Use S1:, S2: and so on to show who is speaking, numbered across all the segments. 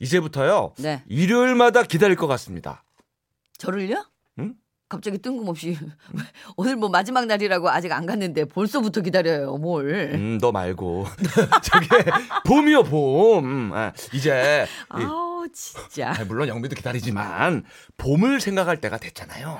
S1: 이제부터요.
S2: 네.
S1: 일요일마다 기다릴 것 같습니다.
S2: 저를요?
S1: 응?
S2: 갑자기 뜬금없이 오늘 뭐 마지막 날이라고 아직 안 갔는데 벌써부터 기다려요. 뭘?
S1: 음, 너 말고. 저게 봄이요, 봄. 음, 아, 이제 이-
S2: 아우 진짜.
S1: 아, 물론 영미도 기다리지만 봄을 생각할 때가 됐잖아요.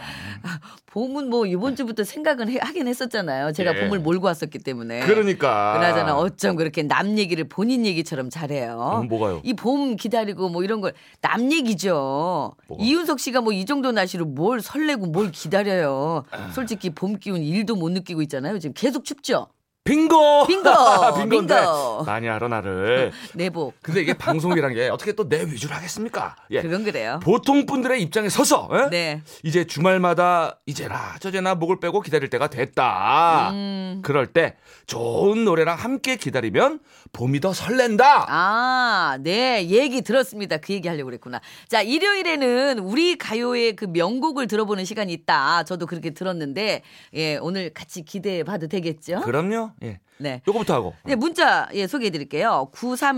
S2: 봄은 뭐 이번 주부터 생각은 해- 하긴 했었잖아요. 제가
S1: 예.
S2: 봄을 몰고 왔었기 때문에.
S1: 그러니까.
S2: 네. 그나저나 어쩜 그렇게 남 얘기를 본인 얘기처럼 잘해요.
S1: 음, 뭐가요?
S2: 이 봄 기다리고 뭐 이런 걸 남 얘기죠.
S1: 뭐가?
S2: 이윤석 씨가 뭐 이 정도 날씨로 뭘 설레고 뭘 기다려요. 솔직히 봄 기운 1도 못 느끼고 있잖아요. 지금 계속 춥죠.
S1: 빙고.
S2: 빙고!
S1: 빙고인데
S2: 빙고!
S1: 많이 알아 나를.
S2: 내복.
S1: 근데 이게 방송이란 게 어떻게 또 내 위주로 하겠습니까? 예.
S2: 그건 그래요.
S1: 보통 분들의 입장에 서서 예?
S2: 네.
S1: 이제 주말마다 이제나 저제나 목을 빼고 기다릴 때가 됐다.
S2: 음.
S1: 그럴 때 좋은 노래랑 함께 기다리면 봄이 더 설렌다.
S2: 아, 네. 얘기 들었습니다. 그 얘기 하려고 그랬구나. 자, 일요일에는 우리 가요의 그 명곡을 들어보는 시간이 있다. 저도 그렇게 들었는데, 예, 오늘 같이 기대해 봐도 되겠죠?
S1: 그럼요. 예.
S2: 네.
S1: 요거부터 하고.
S2: 네, 문자 예, 소개해 드릴게요.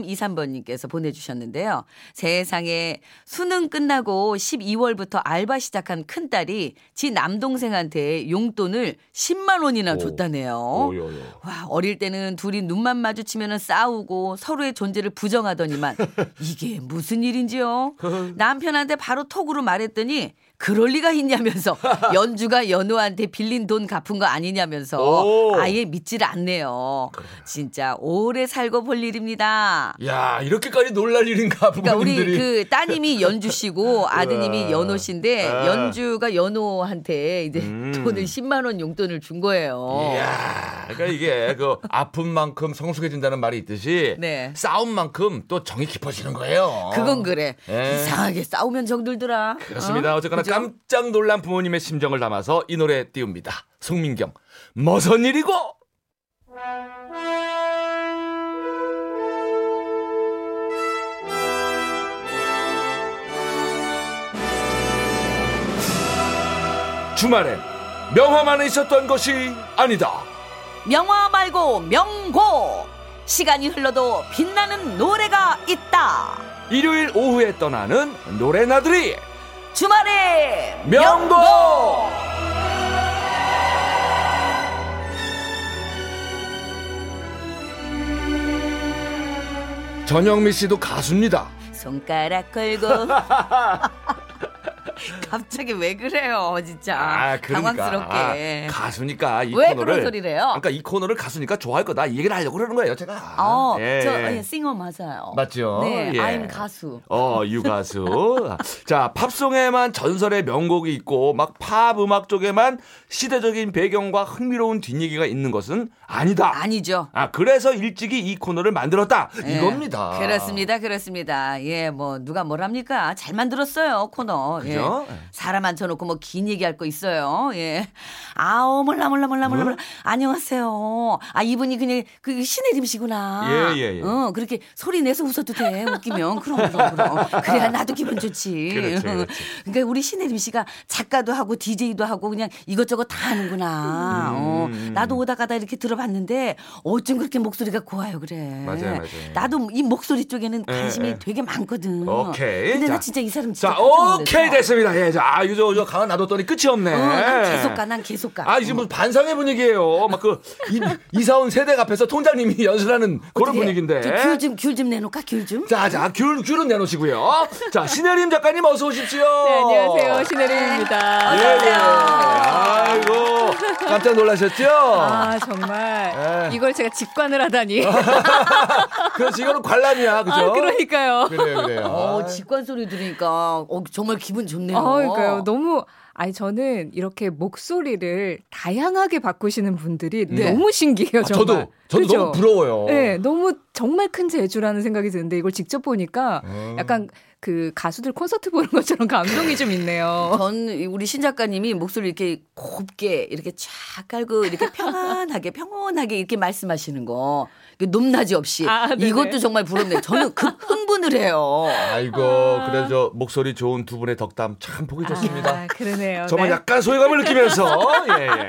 S2: 9323번님께서 보내주셨는데요. 세상에 수능 끝나고 12월부터 알바 시작한 큰딸이 지 남동생한테 용돈을 10만 원이나
S1: 오.
S2: 줬다네요.
S1: 오요요.
S2: 와, 어릴 때는 둘이 눈만 마주치면 싸우고 서로의 존재를 부정하더니만 이게 무슨 일인지요? 남편한테 바로 톡으로 말했더니 그럴 리가 있냐면서 연주가 연우한테 빌린 돈 갚은 거 아니냐면서
S1: 오.
S2: 아예 믿질 않네요. 진짜 오래 살고 볼 일입니다.
S1: 야 이렇게까지 놀랄 일인가
S2: 그러니까 우리
S1: 부모님들이.
S2: 그 따님이 연주 씨고 아드님이 연호 씨인데
S1: 아.
S2: 연주가 연호한테 이제
S1: 음.
S2: 돈을 10만 원 용돈을 준 거예요.
S1: 이야, 그러니까 이게 그 아픈 만큼 성숙해진다는 말이 있듯이
S2: 네.
S1: 싸운 만큼 또 정이 깊어지는 거예요.
S2: 그건 그래.
S1: 예.
S2: 이상하게 싸우면 정들더라.
S1: 그렇습니다.
S2: 어?
S1: 어? 쨌거나
S2: 그죠?
S1: 깜짝 놀란 부모님의 심정을 담아서 이 노래 띄웁니다. 송민경, 머선 일이고. 주말에 명화만 있었던 것이 아니다.
S2: 어? 명화 말고 명고. 시간이 흘러도 빛나는 노래가 있다.
S1: 일요일 오후에 떠나는 노래나들이
S2: 주말에
S1: 명곡! 전영미 씨도 가수입니다.
S2: 손가락 걸고. 갑자기 왜 그래요, 진짜. 아, 당황스럽게.
S1: 그러니까. 아, 가수니까 이
S2: 왜
S1: 코너를
S2: 그런 소리래요?
S1: 그러니까 이 코너를 가수니까 좋아할 거다. 이 얘기를 하려고 그러는 거예요, 제가.
S2: 어,
S1: 예.
S2: 저 예, 싱어 맞아요.
S1: 맞죠?
S2: 네,
S1: 예.
S2: 아임 가수.
S1: 어, 유가수. 자, 팝송에만 전설의 명곡이 있고 막 팝 음악 쪽에만 시대적인 배경과 흥미로운 뒷얘기가 있는 것은 아니다.
S2: 아니죠.
S1: 아 그래서 일찍이 이 코너를 만들었다
S2: 예.
S1: 이겁니다.
S2: 그렇습니다. 그렇습니다. 예, 뭐 누가 뭘 합니까? 잘 만들었어요 코너. 예.
S1: 그죠?
S2: 사람 앉혀놓고 뭐 긴 얘기할 거 있어요. 예. 아오 몰라 몰라 몰라 몰라 몰라. 안녕하세요. 아 이분이 그냥 그 신혜림 씨구나.
S1: 예, 예, 예.
S2: 어 그렇게 소리 내서 웃어도 돼 웃기면 그럼 그럼 그럼. 그래야 나도 기분 좋지.
S1: 그렇지, 그렇지.
S2: 러니까 우리 신혜림 씨가 작가도 하고 DJ도 하고 그냥 이것저것 다 하는구나. 어,
S1: 음.
S2: 나도 오다 가다 이렇게 들어봤는데 어쩜 그렇게 목소리가 고와요 그래.
S1: 맞아요, 맞아요.
S2: 예. 나도 이 목소리 쪽에는 관심이
S1: 예.
S2: 되게 많거든.
S1: 오케이.
S2: 근데
S1: 자.
S2: 나 진짜 이 사람 진짜
S1: 자,
S2: 깜짝 놀랐어.
S1: 오케이 됐습니다. 예, 자, 아, 유저 저 가만 놔뒀더니 끝이 없네.
S2: 어, 난 계속 가, 난 계속 가.
S1: 예. 아, 이제 무슨 반상회 분위기예요. 막 그 이사온 세대 앞에서 통장님이 연설하는 그런 분위기인데.
S2: 귤좀 귤 좀 내놓을까 귤 좀.
S1: 자, 자, 귤 귤은 내놓으시고요. 자, 신혜림 작가님 어서 오십시오.
S3: 네,
S1: 어.
S3: 안녕하세요. 신혜림입니다.
S1: 예, 예. 아이고, 깜짝 놀라셨죠?
S3: 아, 정말.
S1: 예.
S3: 이걸 제가 직관을 하다니.
S1: 아, 그래서 이거는 관람이야, 그죠?
S3: 아, 그러니까요.
S1: 그래요, 그래요.
S2: 어 직관 소리 들으니까 어, 정말 기분 좋네요.
S3: 아, 그러니까요. 너무. 아니, 저는 이렇게 목소리를 다양하게 바꾸시는 분들이
S2: 네.
S3: 너무 신기해요,
S1: 아,
S3: 정말.
S1: 저도 저도
S3: 그죠?
S1: 너무 부러워요.
S3: 네, 너무 정말 큰 재주라는 생각이 드는데 이걸 직접 보니까
S1: 음.
S3: 약간 그 가수들 콘서트 보는 것처럼 감동이 좀 있네요.
S2: 전 우리 신 작가님이 목소리 이렇게 곱게 이렇게 쫙 깔고 이렇게 평안하게 평온하게 이렇게 말씀하시는 거 이게 높낮이 없이
S3: 아, 네네.
S2: 이것도 정말 부럽네요. 저는 그 흥분을 해요.
S1: 아이고 그래서 저 목소리 좋은 두 분의 덕담 참 보기 좋습니다.
S3: 아, 그러네요.
S1: 정말
S3: 네.
S1: 약간 소외감을 느끼면서 예, 예.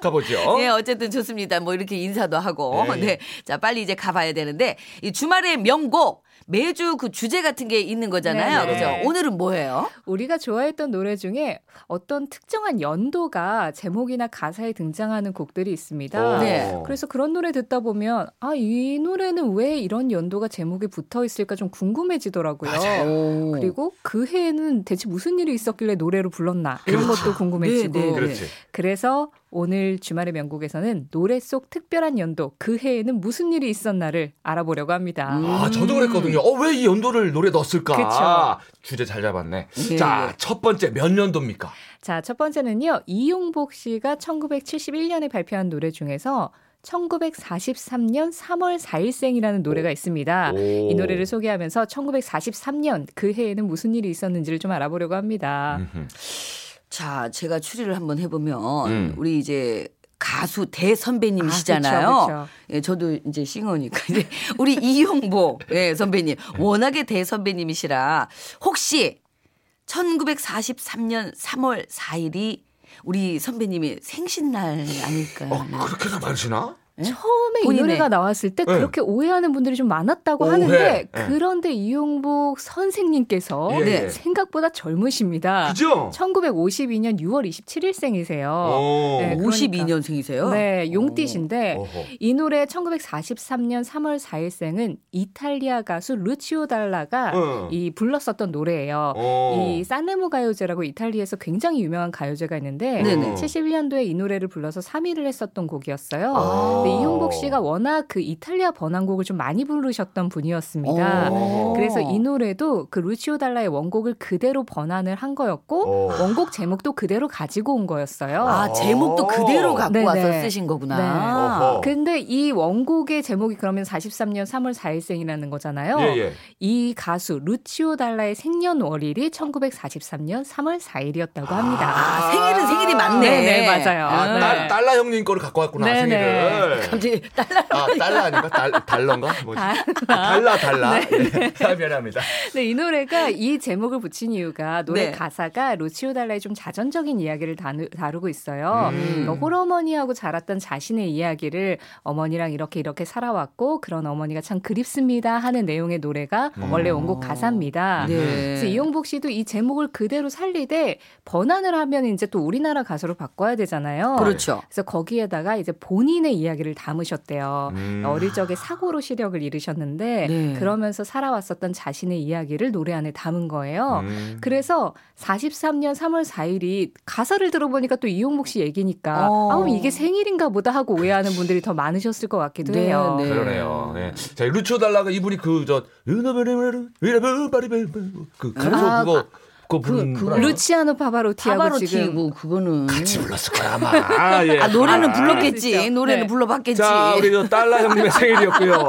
S1: 가보죠.
S3: 예.
S2: 네, 어쨌든 좋습니다. 뭐 이렇게 인사도 하고.
S1: 예, 예.
S2: 네. 자, 빨리 이제 가봐야 되는데 이 주말의 명곡 매주 그 주제 같은 게 있는 거잖아요.
S1: 네, 네.
S2: 그죠? 오늘은 뭐예요?
S3: 우리가 좋아했던 노래 중에 어떤 특정한 연도가 제목이나 가사에 등장하는 곡들이 있습니다.
S2: 네.
S3: 그래서 그런 노래 듣다 보면 아 이 노래는 왜 이런 연도가 제목에 붙어 있을까 좀 궁금해지더라고요. 그리고 그 해에는 대체 무슨 일이 있었길래 노래로 불렀나 이런 것도 궁금해지고
S2: 네, 네, 네.
S1: 그렇지.
S3: 그래서 오늘 주말의 명곡에서는 노래 속 특별한 연도 그 해에는 무슨 일이 있었나를 알아보려고 합니다.
S2: 음.
S1: 아, 저도 그랬거든요. 어, 왜 이 연도를 노래 넣었을까?
S3: 그쵸.
S1: 주제 잘 잡았네.
S2: 예,
S1: 자,
S2: 예.
S1: 첫 번째 몇 년도입니까?
S3: 자, 첫 번째는요. 이용복 씨가 1971년에 발표한 노래 중에서 1943년 3월 4일생이라는 노래가 있습니다.
S1: 오.
S3: 아, 이 노래를 소개하면서 1943년 그 해에는 무슨 일이 있었는지를 좀 알아보려고 합니다.
S1: 음흠.
S2: 자, 제가 추리를 한번 해보면
S1: 음.
S2: 우리 이제 가수 대선배님이시잖아요.
S3: 아, 그쵸, 그쵸.
S2: 예, 저도 이제 싱어니까 이제 우리 이용보 예, 선배님 워낙에 대선배님이시라 혹시 1943년 3월 4일이 우리 선배님이 생신날 아닐까요?
S3: 음.
S1: 어, 그렇게나 많으시나?
S3: 처음에 이
S2: 네? 본인의.
S3: 노래가 나왔을 때
S1: 네.
S3: 그렇게 오해하는 분들이 좀 많았다고
S1: 오해.
S3: 하는데
S1: 네.
S3: 그런데 이용복 선생님께서
S1: 예,
S2: 네.
S1: 예.
S3: 생각보다 젊으십니다.
S1: 그죠?
S3: 1952년 6월 27일생이세요.
S1: 어.
S3: 네, 그러니까.
S2: 52년생이세요?
S3: 네, 용띠신데
S1: 어허.
S3: 이 노래 1943년 3월 4일생은 이탈리아 가수 루치오 달라가
S1: 어.
S3: 아, 이 불렀었던 노래예요.
S1: 어.
S3: 이 사네모 가요제라고 이탈리아에서 굉장히 유명한 가요제가 있는데
S2: 네네.
S3: 71년도에 이 노래를 불러서 3위를 했었던 곡이었어요.
S1: 아.
S3: 근데 네, 이용복 씨가 워낙 그 이탈리아 번안곡을 좀 많이 부르셨던 분이었습니다.
S1: 어.
S3: 그래서 이 노래도 그 루치오 달라의 원곡을 그대로 번안을 한 거였고
S1: 어.
S3: 원곡 제목도 그대로 가지고 온 거였어요.
S2: 아, 제목도 그대로 갖고
S3: 네네.
S2: 와서 쓰신 거구나.
S1: 네. 어허.
S3: 근데 이 원곡의 제목이 그러면 43년 3월 4일생이라는 거잖아요.
S1: 예, 예.
S3: 이 가수 루치오 달라의 생년월일이 1943년 3월 4일이었다고 합니다.
S2: 아, 생일은 생일이 맞네.
S3: 네네, 맞아요.
S1: 아,
S3: 네.
S1: 딸, 달라 형님 거를 갖고 왔구나,
S3: 네네.
S1: 생일을.
S2: 갑자기 딸라
S1: 아, 달라 아닌가? 달, 달런가? 뭐지?
S3: 달라.
S1: 아, 달라, 달라. 네. 아, 미안합니다.
S3: 네, 이 노래가 이 제목을 붙인 이유가 노래
S2: 네.
S3: 가사가 루치오 달라의 좀 자전적인 이야기를 다루, 다루고 있어요.
S1: 음.
S3: 그러니까 홀어머니하고 자랐던 자신의 이야기를 어머니랑 이렇게 이렇게 살아왔고 그런 어머니가 참 그립습니다 하는 내용의 노래가
S1: 음.
S3: 원래 원곡 가사입니다.
S1: 네.
S3: 그래서 이용복 씨도 이 제목을 그대로 살리되 번안을 하면 이제 또 우리나라 가수로 바꿔야 되잖아요.
S1: 그렇-
S2: 그렇죠.
S3: 그래서 거기에다가 이제 본인의 이야기를 담으셨대요.
S1: 음.
S3: 어릴 적에 사고로 시력을 잃으셨는데
S2: 네.
S3: 그러면서 살아왔었던 자신의 이야기를 노래 안에 담은 거예요.
S1: 음.
S3: 어, 그래서 43년 3월 4일이 가사를 들어보니까 또 이용복 씨 얘기니까
S2: 어.
S3: 아우 이게 생일인가 보다 하고 오해하는 분들이 더 많으셨을 것 같기도
S2: 네,
S3: 해요.
S2: 네.
S1: 그러네요. 예. 자, 루초 달라가 이분이 그, 저, 그, 가면서
S2: 아,
S1: 그거, 그거
S2: 그-
S1: 부른
S2: 그
S1: 분 아니에요?
S3: 루치아노 파바로티하고 지금
S2: 파바로티고 그거는
S1: 같이 불렀을 거야, 아마. 아, 예.
S2: 아, 노래는
S1: 아.
S2: 불렀겠지.
S3: 진짜.
S2: 노래는
S3: 네.
S2: 불러봤겠지.
S1: 자, 우리 저 달라 형님의 생일이었고요.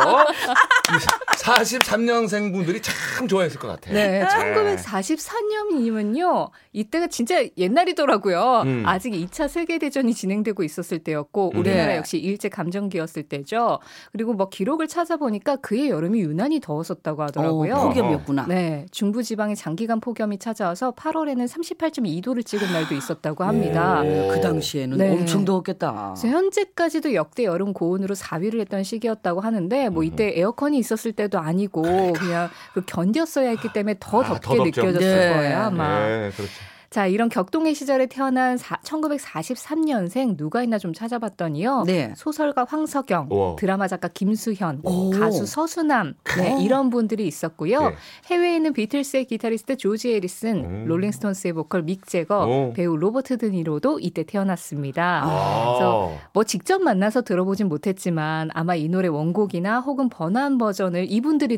S1: 43년생 분들이 참 좋아했을 것 같아요.
S3: 네, 1944년이면요. 이때가 진짜 옛날이더라고요.
S1: 음.
S3: 아직 2차 세계대전이 진행되고 있었을 때였고,
S1: 음.
S3: 우리나라
S2: 네.
S3: 역시 일제 감정기였을 때죠. 그리고 뭐 기록을 찾아보니까 그해 여름이 유난히 더웠었다고 하더라고요.
S2: 어, 폭염이었구나.
S3: 네, 중부 지방에 장기간 폭염이 찾아와서 8월에는 38.2도를 찍은 날도 있었다고 합니다.
S1: 오.
S2: 그 당시에는
S3: 네.
S2: 엄청 더웠겠다.
S3: 그래서 현재까지도 역대 여름 고온으로 4위를 했던 시기였다고 하는데 뭐 이때 에어컨이 있었을 때도 아니고 그냥 그 견뎠어야 했기 때문에 더
S1: 그러니까. 아,
S3: 덥게
S1: 더 덥죠.
S3: 느껴졌을
S2: 네.
S3: 거예요 아마.
S1: 예, 그렇죠.
S3: 자, 이런 격동의 시절에 태어난 사, 1943년생 누가 있나 좀 찾아봤더니요.
S2: 네.
S3: 소설가 황석영,
S1: 우와.
S3: 드라마 작가 김수현,
S2: 오.
S3: 가수 서수남 네,
S1: 어?
S2: 오.
S3: 이런 분들이 있었고요.
S1: 네.
S3: 해외에 있는 비틀스의 기타리스트 조지 해리슨,
S1: 음.
S3: 롤링스톤스의 보컬 믹 제거,
S1: 오.
S3: 배우 로버트 드니로도 이때 태어났습니다.
S1: 아.
S3: 뭐 직접 만나서 들어보진 못했지만 아마 이 노래 원곡이나 혹은 번안 버전을 이분들이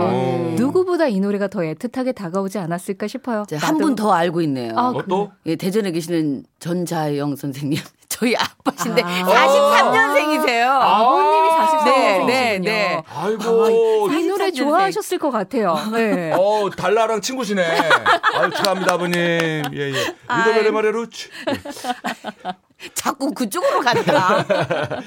S1: 음.
S3: 어, 누구보다 이 노래가 더 애틋하게 다가오지 않았을까 싶어요.
S2: 한
S3: 나도
S2: 분 더 알고 있네요.
S3: 아,
S1: 어, 또?
S2: 예, 대전에 계시는 전자영 선생님. 저희 아빠신데
S3: 아.
S2: 43년생이세요.
S3: 아버님이 43년생이시군요.
S2: 네, 네, 어, 네.
S1: 아이고.
S3: 이 노래
S2: 43년생.
S3: 좋아하셨을 것 같아요. 네.
S1: 어, 달라랑 친구시네. 아유, 축하합니다, 아버님. 예, 예. 이더벨의 말에 루치.
S2: 자꾸 그쪽으로 간다.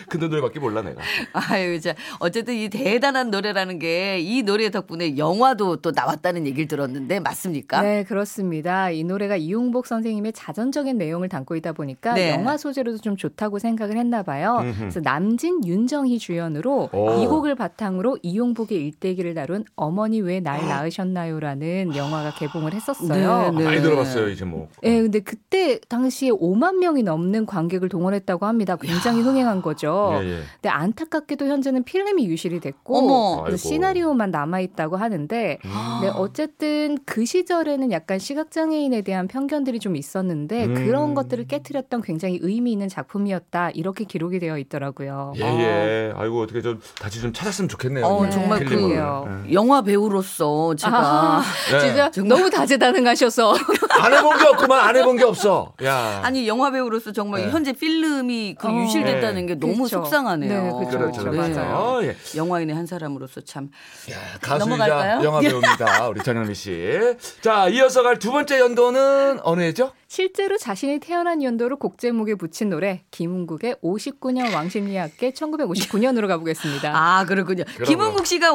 S1: 근데 노래밖에 몰라 내가.
S2: 아유, 자, 어쨌든 이 대단한 노래라는 게 이 노래 덕분에 영화도 또 나왔다는 얘기를 들었는데 맞습니까?
S3: 네, 그렇습니다. 이 노래가 이용복 선생님의 자전적인 내용을 담고 있다 보니까
S2: 네.
S3: 영화 소재로도 좀 좋다고 생각을 했나 봐요.
S1: 음흠.
S3: 그래서 남진, 윤정희 주연으로
S1: 오.
S3: 이 곡을 바탕으로 이용복의 일대기를 다룬 어머니 왜 날 낳으셨나요라는 영화가 개봉을 했었어요.
S2: 네.
S1: 많이 들어봤어요 이 제목. 뭐.
S3: 예, 근데 그때 당시에 5만 명이 넘는 관객을 동원했다고 합니다. 굉장히 흥행한 거죠.
S2: 네.
S1: 예, 예.
S3: 근데 안타깝게도 현재는 필름이 유실이 됐고
S2: 어머.
S1: 아이고.
S3: 그래서 시나리오만 남아 있다고 하는데
S1: 음.
S3: 네, 어쨌든 그 시절에는 약간 시각장애인에 대한 편견들이 좀 있었는데
S1: 음.
S3: 그런 것들을 깨뜨렸던 굉장히 의미 있는 작품이었다 이렇게 기록이 되어 있더라고요.
S1: 예, 예. 아이고, 어떻게 좀 다시 좀 찾았으면 좋겠네요.
S2: 어,
S1: 이
S2: 정말 그
S1: 필름을. 예.
S2: 영화 배우로서 제가
S3: 아,
S1: 예.
S3: 진짜 너무 다재다능하셔서
S1: 안 해본 게 없구만, 안 해본 게 없어. 야.
S2: 아니 영화 배우로서 정말
S1: 네.
S2: 현재 필름이 그
S3: 어.
S2: 유실됐다는 게 너무
S3: 그쵸.
S2: 속상하네요. 네.
S3: 네, 그쵸,
S1: 그렇죠,
S3: 그렇죠.
S1: 그렇죠.
S3: 맞아요.
S1: 어, 예.
S2: 영화인의 한 사람으로서 참
S1: 가수이자
S2: 넘어갈까요?
S1: 영화 배우입니다, 우리 전현미 씨. 자, 이어서 갈 두 번째 연도는 어느 해죠?
S3: 실제로 자신이 태어난 연도를 곡 제목에 붙인 노래 김은국의 59년 왕십리학계 1959년으로 가보겠습니다.
S2: 아, 그렇군요.
S1: 그럼요.
S2: 김은국 씨가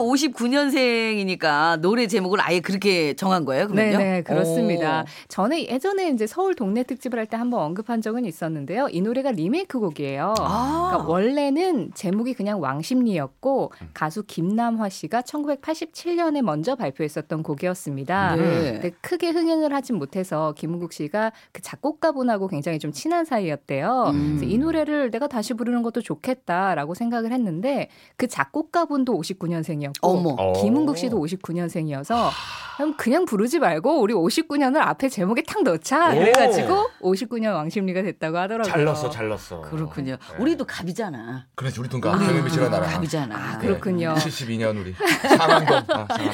S2: 59년생이니까 노래 제목을 아예 그렇게 정한 거예요, 그러면요?
S3: 네네 그렇습니다.
S2: 오.
S3: 전에 예전에 이제 서울 동네 특집을 할 때 한번 언급한 적은 있었는데요. 이 노래가 리메이크 곡이에요.
S2: 아,
S3: 그러니까 원래는 제목이 그냥 왕십리였고
S2: 음.
S3: 가수 김남화 씨가 1987년에 먼저 발표했었던 곡이었습니다.
S1: 음.
S2: 네.
S3: 근데 크게 흥행을 하진 못해서 김은국 씨가 그 작곡가분하고 굉장히 좀 친한 사이였대요.
S2: 음.
S3: 그래서 이 노래를 내가 다시 부르는 것도 좋겠다라고 생각을 했는데 그 작곡가분도 59년생이었고
S2: 어머.
S1: 어.
S3: 김은국 씨도 59년생이어서 음, 그럼 그냥 부르지 말고 우리 59년을 앞에 제목에 탁 넣자
S1: 오.
S3: 그래가지고 59년 왕십리가 됐다고 하더라고요.
S1: 잘 넣었어, 잘 넣었어.
S2: 그렇군요.
S1: 네.
S2: 우리도 갑이잖아.
S1: 그렇지, 우리 동가.
S2: 우리
S1: 전현미 씨랑 나랑.
S2: 갑이잖아.
S3: 아, 그렇군요.
S1: 72년 우리. 상암동. 아, 상암동.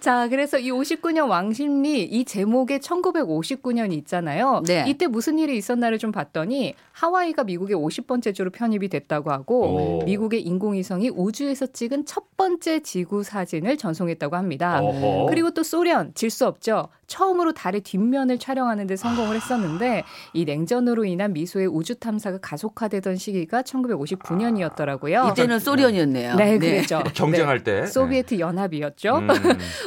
S3: 자, 그래서 이 59년 왕십리 이 제목에 1959년이 있잖아요.
S2: 네.
S3: 이때 무슨 일이 있었나를 좀 봤더니 하와이가 미국의 50번째 주로 편입이 됐다고 하고
S1: 오.
S3: 미국의 인공위성이 우주에서 찍은 첫 번째 지구 사진을 전송했다고 합니다.
S1: 어허.
S3: 그리고 또 소련 질 수 없죠. 처음으로 달의 뒷면을 촬영하는 데
S1: 아.
S3: 성공을 했었는데 이 냉전으로 인한 미소의 우주 탐사가 가속화되던 시기가
S1: 아,
S3: 1959년이었더라고요.
S2: 이때는 소련이었네요.
S3: 네, 그랬죠.
S1: 어, 경쟁할 때.
S3: 네. 소비에트 연합이었죠.
S1: 음.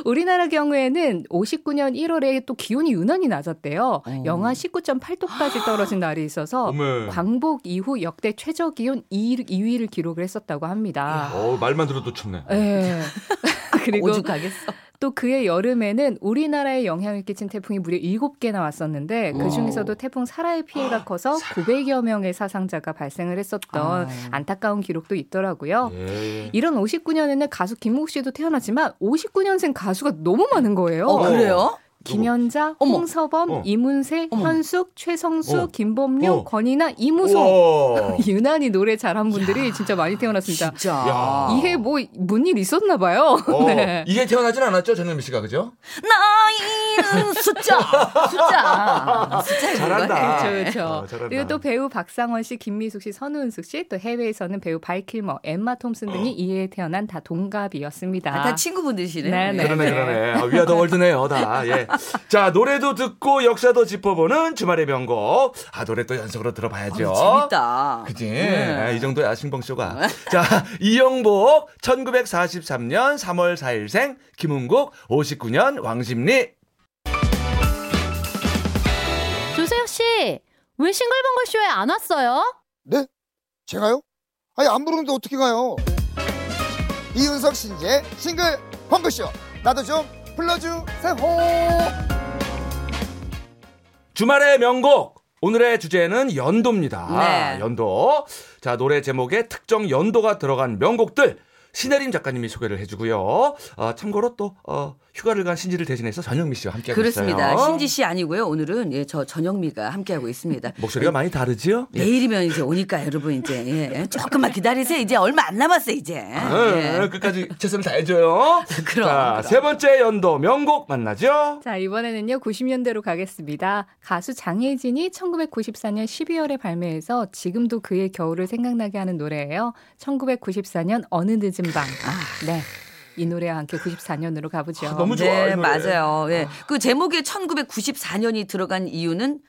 S3: 우리나라 경우에는 59년 1월에 또 기온이 유난히 낮았대요.
S2: 어.
S3: 영하 19.8도까지 떨어진 날이 있어서
S1: 어머.
S3: 광복 이후 역대 최저 기온 2위를 기록을 했었다고 합니다.
S1: 어, 말만 들어도 춥네.
S3: 예. 그리고
S2: 오죽하겠어.
S3: 또 그해 여름에는 우리나라에 영향을 끼친 태풍이 무려 7개나 왔었는데
S2: 와우. 아,
S3: 그 중에서도 태풍 사라의 피해가 커서 900여 명의 사상자가 발생을 했었던
S2: 아유. 네.
S3: 안타까운 기록도 있더라고요.
S1: 예.
S3: 이런 59년에는 가수 김국 씨도 태어났지만 59년생 가수가 너무 많은 거예요.
S2: 어, 그래요?
S3: 김연자,
S2: 어머.
S3: 홍서범,
S1: 어.
S3: 이문세,
S2: 어머.
S3: 현숙, 최성수,
S1: 어.
S3: 김범룡,
S1: 어.
S3: 권이나 이무송.
S1: 우와.
S3: 유난히 노래 잘한 분들이 진짜 많이 태어났습니다.
S2: 진짜.
S1: 야.
S3: 이해 뭐 문일 있었나 봐요.
S1: 어,
S3: 네.
S1: 이게 태어나진 않았죠, 전현미 씨가 그죠?
S2: 나이는 숫자. 숫자. 숫자
S1: 잘한다.
S3: 그렇죠, 그렇죠.
S1: 어, 잘한다.
S3: 그리고 또 배우 박상원 씨, 김미숙 씨, 선우은숙 씨, 또 해외에서는 배우 발킬머, 엠마 톰슨 등이 이에 태어난 다 동갑이었습니다.
S2: 아, 다 친구분들이시네.
S3: 네, 네.
S1: 그러네 그러네. 아, 위아더 월드네요 다. 예. 자 노래도 듣고 역사도 짚어보는 주말의 명곡. 아 노래 또 연속으로 들어봐야죠.
S2: 어, 재밌다.
S1: 그지?
S2: 네.
S1: 아, 이 정도야 신봉 쇼가. 자 이영복 1943년 3월 4일생 김은국 59년 왕십리.
S4: 조세혁 씨, 왜 싱글벙글 쇼에 안 왔어요?
S5: 네? 제가요? 아니 안 부르는데 어떻게 가요? 이윤석 신재 싱글 펑크쇼 나도 좀 불러주세요.
S1: 주말의 명곡 오늘의 주제는 연도입니다.
S2: 네.
S1: 연도. 자 노래 제목에 특정 연도가 들어간 명곡들 신혜림 작가님이 소개를 해주고요. 아, 참고로 또 어, 휴가를 간 신지를 대신해서 전영미 씨와 함께하고 있어요.
S2: 그렇습니다. 신지 씨 아니고요. 오늘은 예, 저 전영미가 함께하고 있습니다.
S1: 목소리가 많이 다르지요? 예.
S2: 내일이면 이제 오니까 여러분 이제 예, 조금만 기다리세요. 이제 얼마 안 남았어요 이제.
S1: 응,
S2: 예.
S1: 네. 끝까지 최선을 다해줘요.
S2: 그럼,
S1: 자,
S2: 그럼.
S1: 세 번째 연도 명곡 만나죠.
S3: 자, 이번에는요, 90년대로 가겠습니다. 가수 장혜진이 1994년 12월에 발매해서 지금도 그의 겨울을 생각나게 하는 노래예요. 1994년 어느 늦은 밤. 네. 이 노래와 함께 94년으로 가보죠.
S1: 아, 너무 좋아, 이 노래.
S2: 네 맞아요. 예. 그 제목에 1994년이 들어간 이유는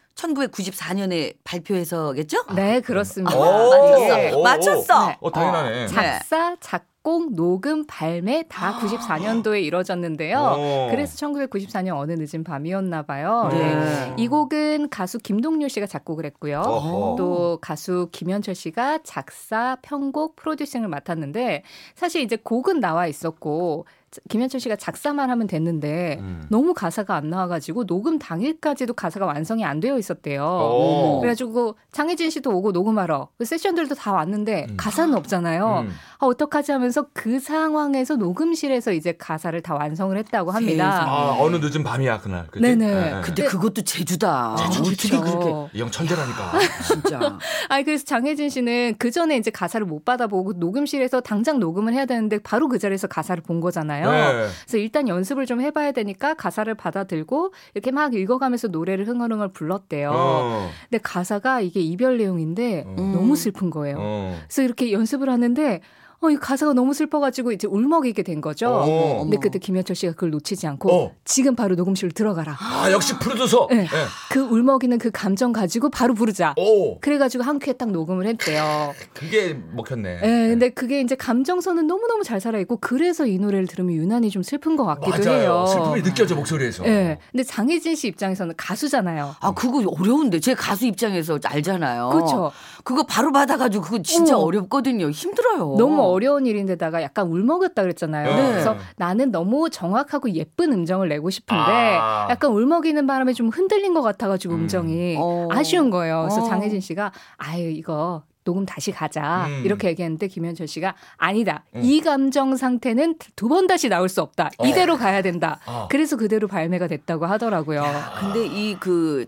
S2: 1994년에 발표해서겠죠?
S3: 네, 그렇습니다.
S1: 오.
S3: 맞췄어요.
S1: 오, 오.
S2: 예. 맞췄어.
S3: 네.
S1: 예. 어, 당연하네.
S3: 작사, 작곡, 녹음, 발매 다 94년도에 이루어졌는데요.
S1: 어.
S3: 그래서 1994년 어느 늦은 밤이었나 봐요. 예.
S2: 네.
S3: 이 곡은 가수 김동률 씨가 작곡을 했고요.
S1: 어허.
S3: 또 가수 김현철 씨가 작사, 편곡, 프로듀싱을 맡았는데 사실 이제 곡은 나와 있었고 자- 김현철 씨가 작사만 하면 됐는데
S1: 음.
S3: 너무 가사가 안 나와가지고 녹음 당일까지도 가사가 완성이 안 되어 있었대요.
S1: 어.
S3: 뭐, 그래가지고 장혜진 씨도 오고 녹음하러 그 세션들도 다 왔는데
S1: 음.
S3: 가사는 없잖아요.
S1: 음.
S3: 아, 어떡하지 하면서 그 상황에서 녹음실에서 이제 가사를 다 완성을 했다고
S1: 아,
S3: 합니다.
S1: 어느 늦은 밤이야 그날. 그치?
S3: 네. 네네.
S2: 근데 그것도 제주다. 아,
S3: 제주죠.
S2: 어떻게 그렇게
S1: 이형
S3: 아,
S1: 천재라니까.
S2: 진짜.
S3: 아니 그래서 장혜진 씨는 그 전에 이제 가사를 못 받아보고 녹음실에서 당장 녹음을 해야 되는데 바로 그 자리에서 가사를 본 거잖아요.
S1: 네.
S3: 그래서 일단 연습을 좀 해봐야 되니까 가사를 받아들고 이렇게 막 읽어가면서 노래를 흥얼흥얼 불렀대요.
S1: 어.
S3: 근데 가사가 이게 이별 내용인데
S1: 어.
S3: 너무 슬픈 거예요.
S1: 어.
S3: 그래서 이렇게 연습을 하는데 어, 이 가사가 너무 슬퍼가지고 이제 울먹이게 된 거죠.
S1: 어.
S3: 근데 그때 김현철 씨가 그걸 놓치지 않고
S1: 어.
S3: 지금 바로 녹음실로 들어가라.
S1: 아 역시 프로듀서.
S3: 네.
S1: 네.
S3: 그 울먹이는 그 감정 가지고 바로 부르자.
S1: 오
S3: 그래가지고 한 큐에 딱 녹음을 했대요.
S1: 그게 먹혔네.
S3: 예, 근데 그게 이제 감정선은 너무너무 잘 살아있고, 그래서 이 노래를 들으면 유난히 좀 슬픈 것 같기도
S1: 맞아요.
S3: 해요.
S1: 슬픔이 느껴져 목소리에서.
S3: 예. 근데 장혜진 씨 입장에서는 가수잖아요.
S2: 아 그거 어려운데 제 가수 입장에서 알잖아요.
S3: 그렇죠.
S2: 그거 바로 받아가지고 그거 진짜
S3: 어.
S2: 어. 렵거든요 힘들어요.
S3: 너무 어려운 일인데다가 약간 울먹였다 그랬잖아요.
S1: 네.
S3: 그래서 나는 너무 정확하고 예쁜 음정을 내고 싶은데
S1: 아.
S3: 약간 울먹이는 바람에 좀 흔들린 것 같아가지고
S1: 음.
S3: 음정이
S2: 어.
S3: 아쉬운 거예요. 그래서
S2: 어.
S3: 장혜진 씨가 아유 이거 녹음 다시 가자
S1: 음.
S3: 이렇게 얘기했는데 김현철 씨가 아니다
S1: 음.
S3: 이 감정 상태는 두 번 다시 나올 수 없다
S1: 어.
S3: 이대로 가야 된다
S2: 어.
S1: 아.
S3: 그래서 그대로 발매가 됐다고 하더라고요 아.
S2: 근데 이 그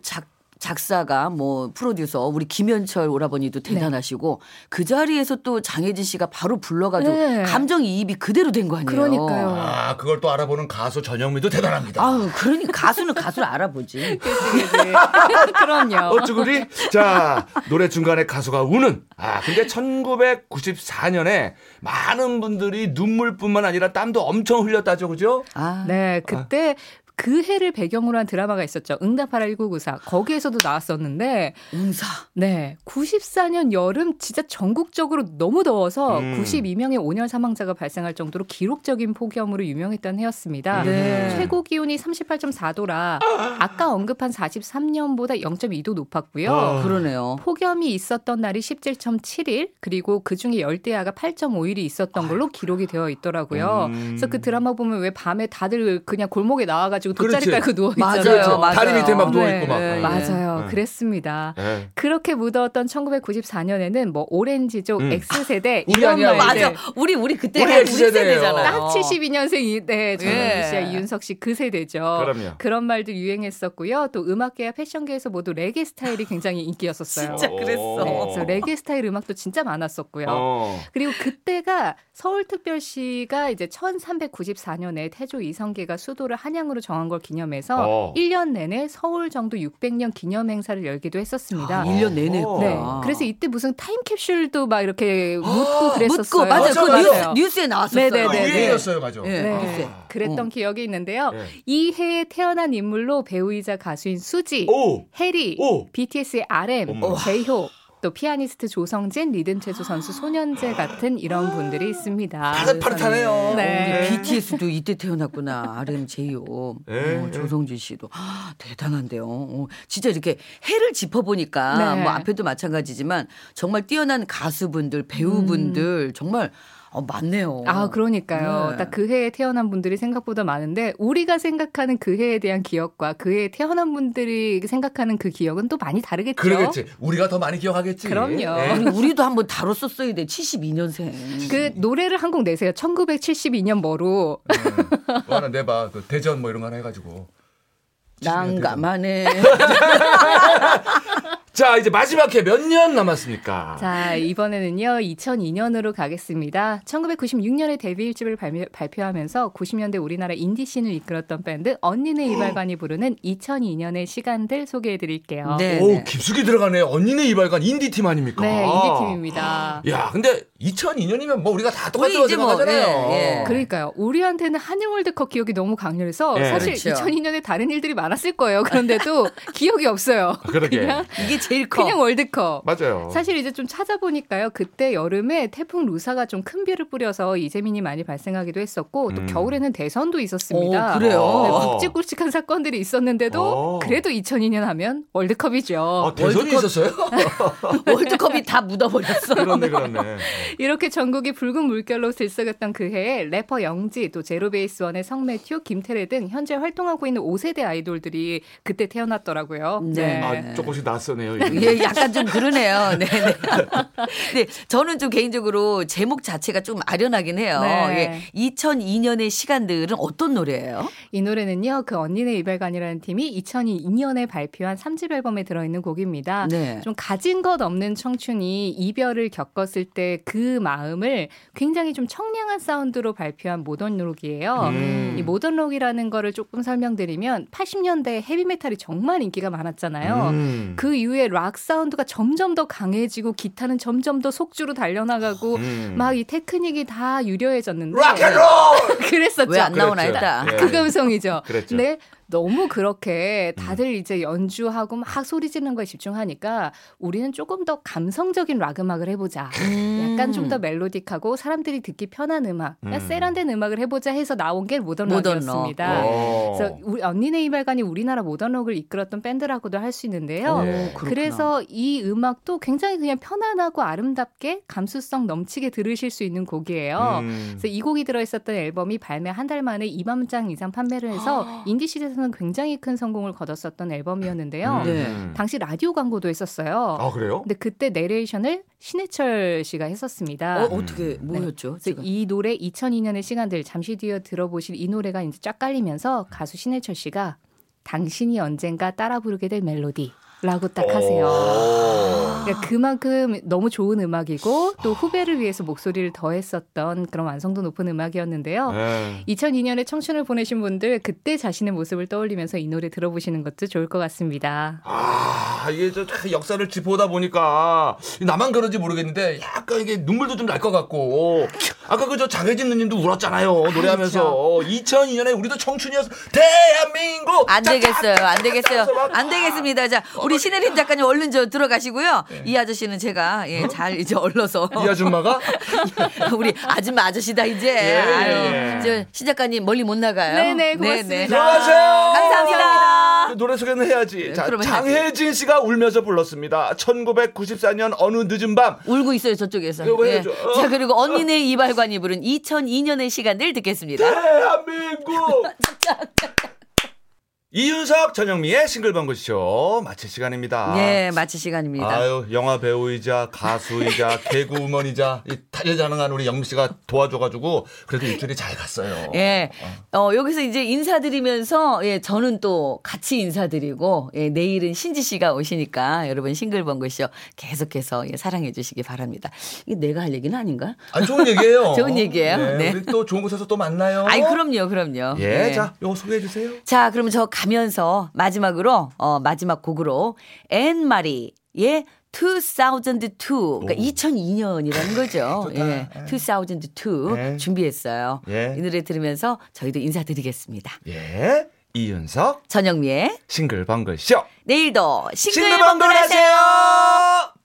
S2: 작 작사가 뭐 프로듀서 우리 김현철 오라버니도
S3: 네.
S2: 대단하시고 그 자리에서 또 장혜진 씨가 바로 불러가지고
S3: 네.
S2: 감정 이입이 그대로 된 거 아니에요.
S3: 그러니까요.
S1: 아 그걸 또 알아보는 가수 전영미도 대단합니다.
S2: 아유, 그러니 가수는 가수를 알아보지.
S3: 그럼요
S1: 어쭈구리? 자, 노래 중간에 가수가 우는. 아, 근데 1994년에 많은 분들이 눈물뿐만 아니라 땀도 엄청 흘렸다죠, 그죠?
S2: 아,
S3: 네 그때 그 해를 배경으로 한 드라마가 있었죠 응답하라 1994 거기에서도 나왔었는데
S2: 응사.
S3: 네. 94년 여름 진짜 전국적으로 너무 더워서
S1: 음.
S3: 92명의 온열 사망자가 발생할 정도로 기록적인 폭염으로 유명했던 해였습니다.
S2: 네.
S3: 최고 기온이 38.4도라 아까 언급한 43년보다 0.2도 높았고요.
S1: 어.
S2: 그러네요.
S3: 폭염이 있었던 날이 17.7일 그리고 그중에 열대야가 8.5일이 있었던 걸로 기록이 되어 있더라고요.
S1: 음.
S3: 그래서 그 드라마 보면 왜 밤에 다들 그냥 골목에 나와가지고 돗자리
S1: 그렇지.
S3: 깔고 누워
S2: 맞아요,
S3: 있잖아요.
S2: 맞아요.
S1: 다리 밑에 막 누워있고
S3: 네,
S1: 막.
S2: 네,
S1: 아.
S3: 맞아요.
S1: 네.
S3: 그랬습니다.
S1: 예.
S3: 그렇게 묻어왔던 1994년에는 뭐 오렌지족
S1: 음.
S3: X세대
S1: 우리
S3: 이런
S1: 아니야, 어.
S3: 말
S1: 우리.
S2: 맞아.
S3: 이제
S2: 우리 우리 그때
S1: 우리
S2: 우리
S1: 세대예요.
S2: 세대잖아요.
S3: 딱 72년생 네,
S2: 예.
S3: 전현무 씨와 이윤석 씨 그 세대죠.
S1: 그럼요.
S3: 런 말도 유행했었고요. 또 음악계와 패션계에서 모두 레게 스타일이 굉장히 인기였었어요.
S2: 진짜 그랬어.
S3: 네, 그래서 레게 스타일 음악도 진짜 많았었고요.
S1: 어.
S3: 그리고 그때가 서울특별시가 이제 1394년에 태조 이성계가 수도를 한양으로 정한 걸 기념해서
S1: 어.
S3: 일 1년 내내 서울 정도 600년 기념 행사를 열기도 했었습니다.
S2: 아, 1년 내내
S1: 어.
S3: 네.
S2: 했구나.
S3: 그래서 이때 무슨 타임캡슐도 막 이렇게 묻고 그랬었어요.
S2: 묻고 맞아요.
S1: 맞아요,
S2: 그
S1: 맞아요.
S2: 뉴스, 뉴스에 나왔었어요. 어.
S3: 네, 네, 네.
S1: 유행이었어요, 맞아.
S2: 네.
S3: 네. 어,
S2: 뉴스에.
S3: 그랬던 기억이 있는데요.
S1: 예.
S3: 이 해에 태어난 인물로 배우이자 가수인 수지,
S1: 오!
S3: 해리,
S1: 오!
S3: BTS의 RM,
S1: 어머.
S3: 제효, 또 피아니스트 조성진, 리듬 체조 선수 소년재 같은 이런 분들이 있습니다.
S1: 파릇파릇하네요.
S2: 어,
S3: 네.
S2: BTS도 이때 태어났구나. RM 제이오.
S1: 예, 예.
S2: 어, 조성진 씨도 아, 대단한데요. 어, 진짜 이렇게 해를 짚어 보니까
S3: 네.
S2: 뭐 앞에도 마찬가지지만 정말 뛰어난 가수분들, 배우분들 정말 어, 많네요.
S3: 음. 아, 그러니까요.
S2: 네.
S3: 딱 그 해에 태어난 분들이 생각보다 많은데 우리가 생각하는 그 해에 대한 기억과 그 해에 태어난 분들이 생각하는 그 기억은 또 많이 다르겠죠.
S1: 그러겠지. 우리가 더 많이 기억하겠지.
S3: 그럼요.
S1: 예.
S2: 아니, 우리도 한번 다뤘었어야 돼. 72년생.
S3: 그 노래를 한 곡 내세요. 1972년 뭐로
S1: 음. 뭐 하나 내봐. 그 대전 뭐 이런 거 하나 해가지고.
S2: 난감하네.
S1: 자, 이제 마지막 회 몇 년 남았습니까?
S3: 자, 이번에는요, 2002년으로 가겠습니다. 1996년에 데뷔 1집을 발표, 하면서 90년대 우리나라 인디씬을 이끌었던 밴드 언니네 이발관이 부르는 2002년의 시간들 소개해 드릴게요.
S2: 네.
S1: 오, 깊숙이 들어가네. 언니네 이발관 인디팀 아닙니까?
S3: 네, 인디팀입니다.
S1: 야, 근데 2002년이면 뭐 우리가 다 똑같다고
S2: 우리 이제 뭐,
S1: 생각하잖아요.
S2: 예, 예.
S3: 그러니까요. 우리한테는 한일월드컵 기억이 너무 강렬해서
S1: 네.
S3: 사실
S2: 그렇죠.
S3: 2002년에 다른 일들이 많았을 거예요. 그런데도 기억이 없어요.
S1: 그러게.
S3: 그냥,
S2: 이게 제일 커.
S3: 그냥 월드컵.
S2: 어.
S1: 맞아요.
S3: 사실 이제 좀 찾아보니까요. 그때 여름에 태풍 루사가 좀 큰 비를 뿌려서 이재민이 많이 발생하기도 했었고 또
S1: 음.
S3: 겨울에는 대선도 있었습니다.
S2: 오, 그래요?
S3: 네,
S1: 어.
S3: 굵직굵직한 사건들이 있었는데도
S1: 어.
S3: 그래도 2002년 하면 뭐 월드컵이죠.
S1: 아,
S2: 어.
S1: 대선이
S2: 월드컵-
S1: 있었어요?
S2: 월드컵이 다 묻어버렸어.
S1: 그렇네, 그렇네.
S3: 이렇게 전국이 붉은 물결로 들썩였던 그 해에 래퍼 영지 또 제로베이스원의 성매튜, 김태래 등 현재 활동하고 있는 5세대 아이돌들이 그때 태어났더라고요.
S2: 네.
S1: 아, 조금씩 낯서네요. 이게.
S2: 예,
S3: 아.
S2: 약간 좀 그러네요. 네, 네. 근데 저는 좀 개인적으로 제목 자체가 좀 아련하긴 해요.
S3: 네.
S2: 예. 2002년의 시간들은 어떤 노래예요?
S3: 이 노래는요, 그 언니네 이별관이라는 팀이 2002년에 발표한 3집 앨범에 들어있는 곡입니다.
S2: 네.
S3: 좀 가진 것 없는 청춘이 이별을 겪었을 때 그 마음을 굉장히 좀 청량한 사운드로 발표한 모던 록이에요.
S1: 음.
S3: 이 모던 록이라는 거를 조금 설명드리면 80년대 헤비메탈이 정말 인기가 많았잖아요.
S1: 음.
S3: 그 이후에 락 사운드가 점점 더 강해지고 기타는 점점 더 속주로 달려나가고
S1: 음.
S3: 막 이 테크닉이 다 유려해졌는데
S1: 락앤롤!
S3: 그랬었죠.
S2: 왜 안 나오나
S1: 그랬죠.
S2: 했다.
S1: 예.
S3: 그 감성이죠.
S1: 그랬죠.
S3: 근데 네. 너무 그렇게 다들 이제 연주하고 막 소리 지르는 거에 집중하니까 우리는 조금 더 감성적인 락 음악을 해보자. 약간 좀 더 멜로딕하고 사람들이 듣기 편한 음악, 그러니까
S1: 음.
S3: 세련된 음악을 해보자 해서 나온 게 모던
S2: 모던
S3: 락이었습니다.
S2: 락.
S1: 어.
S3: 그래서 우리 언니네 이발관이 우리나라 모던 록을 이끌었던 밴드라고도 할 수 있는데요.
S1: 예.
S2: 그렇구나.
S3: 그래서 이 음악도 굉장히 그냥 편안하고 아름답게 감수성 넘치게 들으실 수 있는 곡이에요.
S1: 음.
S3: 그래서 이 곡이 들어있었던 앨범이 발매 한 달 만에 2만 장 이상 판매를 해서 인디 시대에서는 굉장히 큰 성공을 거뒀었던 앨범이었는데요.
S2: 네.
S3: 당시 라디오 광고도 했었어요.
S1: 음. 아, 그래요?
S3: 근데 그때 내레이션을 신해철 씨가 했었습니다.
S2: 어,
S3: 네.
S2: 어떻게 뭐였죠?
S3: 그래서
S2: 지금?
S3: 이 노래 2002년의 시간들 잠시 뒤에 들어보실 이 노래가 이제 쫙 깔리면서 가수 신해철 씨가 당신이 언젠가 따라 부르게 될 멜로디라고 딱 하세요.
S2: 어.
S1: 오.
S3: 그만큼 너무 좋은 음악이고 또 후배를 위해서 목소리를 더했었던 그런 완성도 높은 음악이었는데요.
S1: 예.
S3: 2002년에 청춘을 보내신 분들 그때 자신의 모습을 떠올리면서 이 노래 들어보시는 것도 좋을 것 같습니다.
S1: 아, 이게 저다 역사를 짚어다 보니까 나만 그런지 모르겠는데 약간 이게 눈물도 좀 날 것 같고 아까 그 저 장혜진 누님도 울었잖아요
S2: 그렇죠.
S1: 노래하면서 2002년에 우리도 청춘이어서 대한민국
S2: 안
S1: 짝-
S2: 되겠어요. 안 되겠어요.
S1: 짝짝짝
S2: 안 되겠습니다. 자, 우리 신혜림 작가님 얼른 저 들어가시고요. 이 아저씨는 제가 예, 잘 이제 얼러서
S1: 이 아줌마가
S2: 우리 아줌마 아저씨다 이제.
S1: 예,
S2: 아유,
S1: 예.
S2: 저신 작가님 멀리 못 나가요.
S3: 네네, 고맙습니다.
S1: 들어가세요
S2: 감사합니다. 네,
S1: 그 노래 소개는 해야지 자,
S2: 그러면 해야지.
S1: 장혜진 씨가 울면서 불렀습니다 1994년 어느 늦은 밤
S2: 울고 있어요 저쪽에서. 예.
S1: 이거 해야죠. 어.
S2: 자 그리고 언니네 이발관이 부른 2002년의 시간들 듣겠습니다.
S1: 대한민국 이윤석 전영미의 싱글벙글쇼 마칠 시간입니다
S2: 네 마칠 시간입니다.
S1: 아유 영화 배우이자 가수이자 개그우먼이자 이 탈예자능한 우리 영미 씨가 도와줘가지고 그래도 일주일이 잘 갔어요.
S2: 예. 어, 여기서 이제 인사드리면서, 예, 저는 또 같이 인사드리고, 예, 내일은 신지 씨가 오시니까 여러분 싱글벙글쇼 계속해서 예, 사랑해 주시기 바랍니다. 이게 내가 할 얘기는 아닌가?
S1: 아 좋은 얘기예요.
S2: 좋은 얘기예요.
S1: 네,
S2: 네.
S1: 우리 또 좋은 곳에서 또 만나요.
S2: 아이, 그럼요, 네. 예. 그럼요.
S1: 어? 예, 자 요거 소개해 주세요.
S2: 자, 그럼 저 가면서 마지막으로, 어, 마지막 곡으로, 앤 마리의 2002, 그러니까 2002년이라는 거죠.
S1: 좋다.
S2: 예, 2002
S1: 예.
S2: 준비했어요.
S1: 예.
S2: 이 노래 들으면서 저희도 인사드리겠습니다.
S1: 예, 이윤석
S2: 전영미의
S1: 싱글벙글쇼
S2: 내일도 싱글벙글 하세요.
S1: 싱글벙글하세요.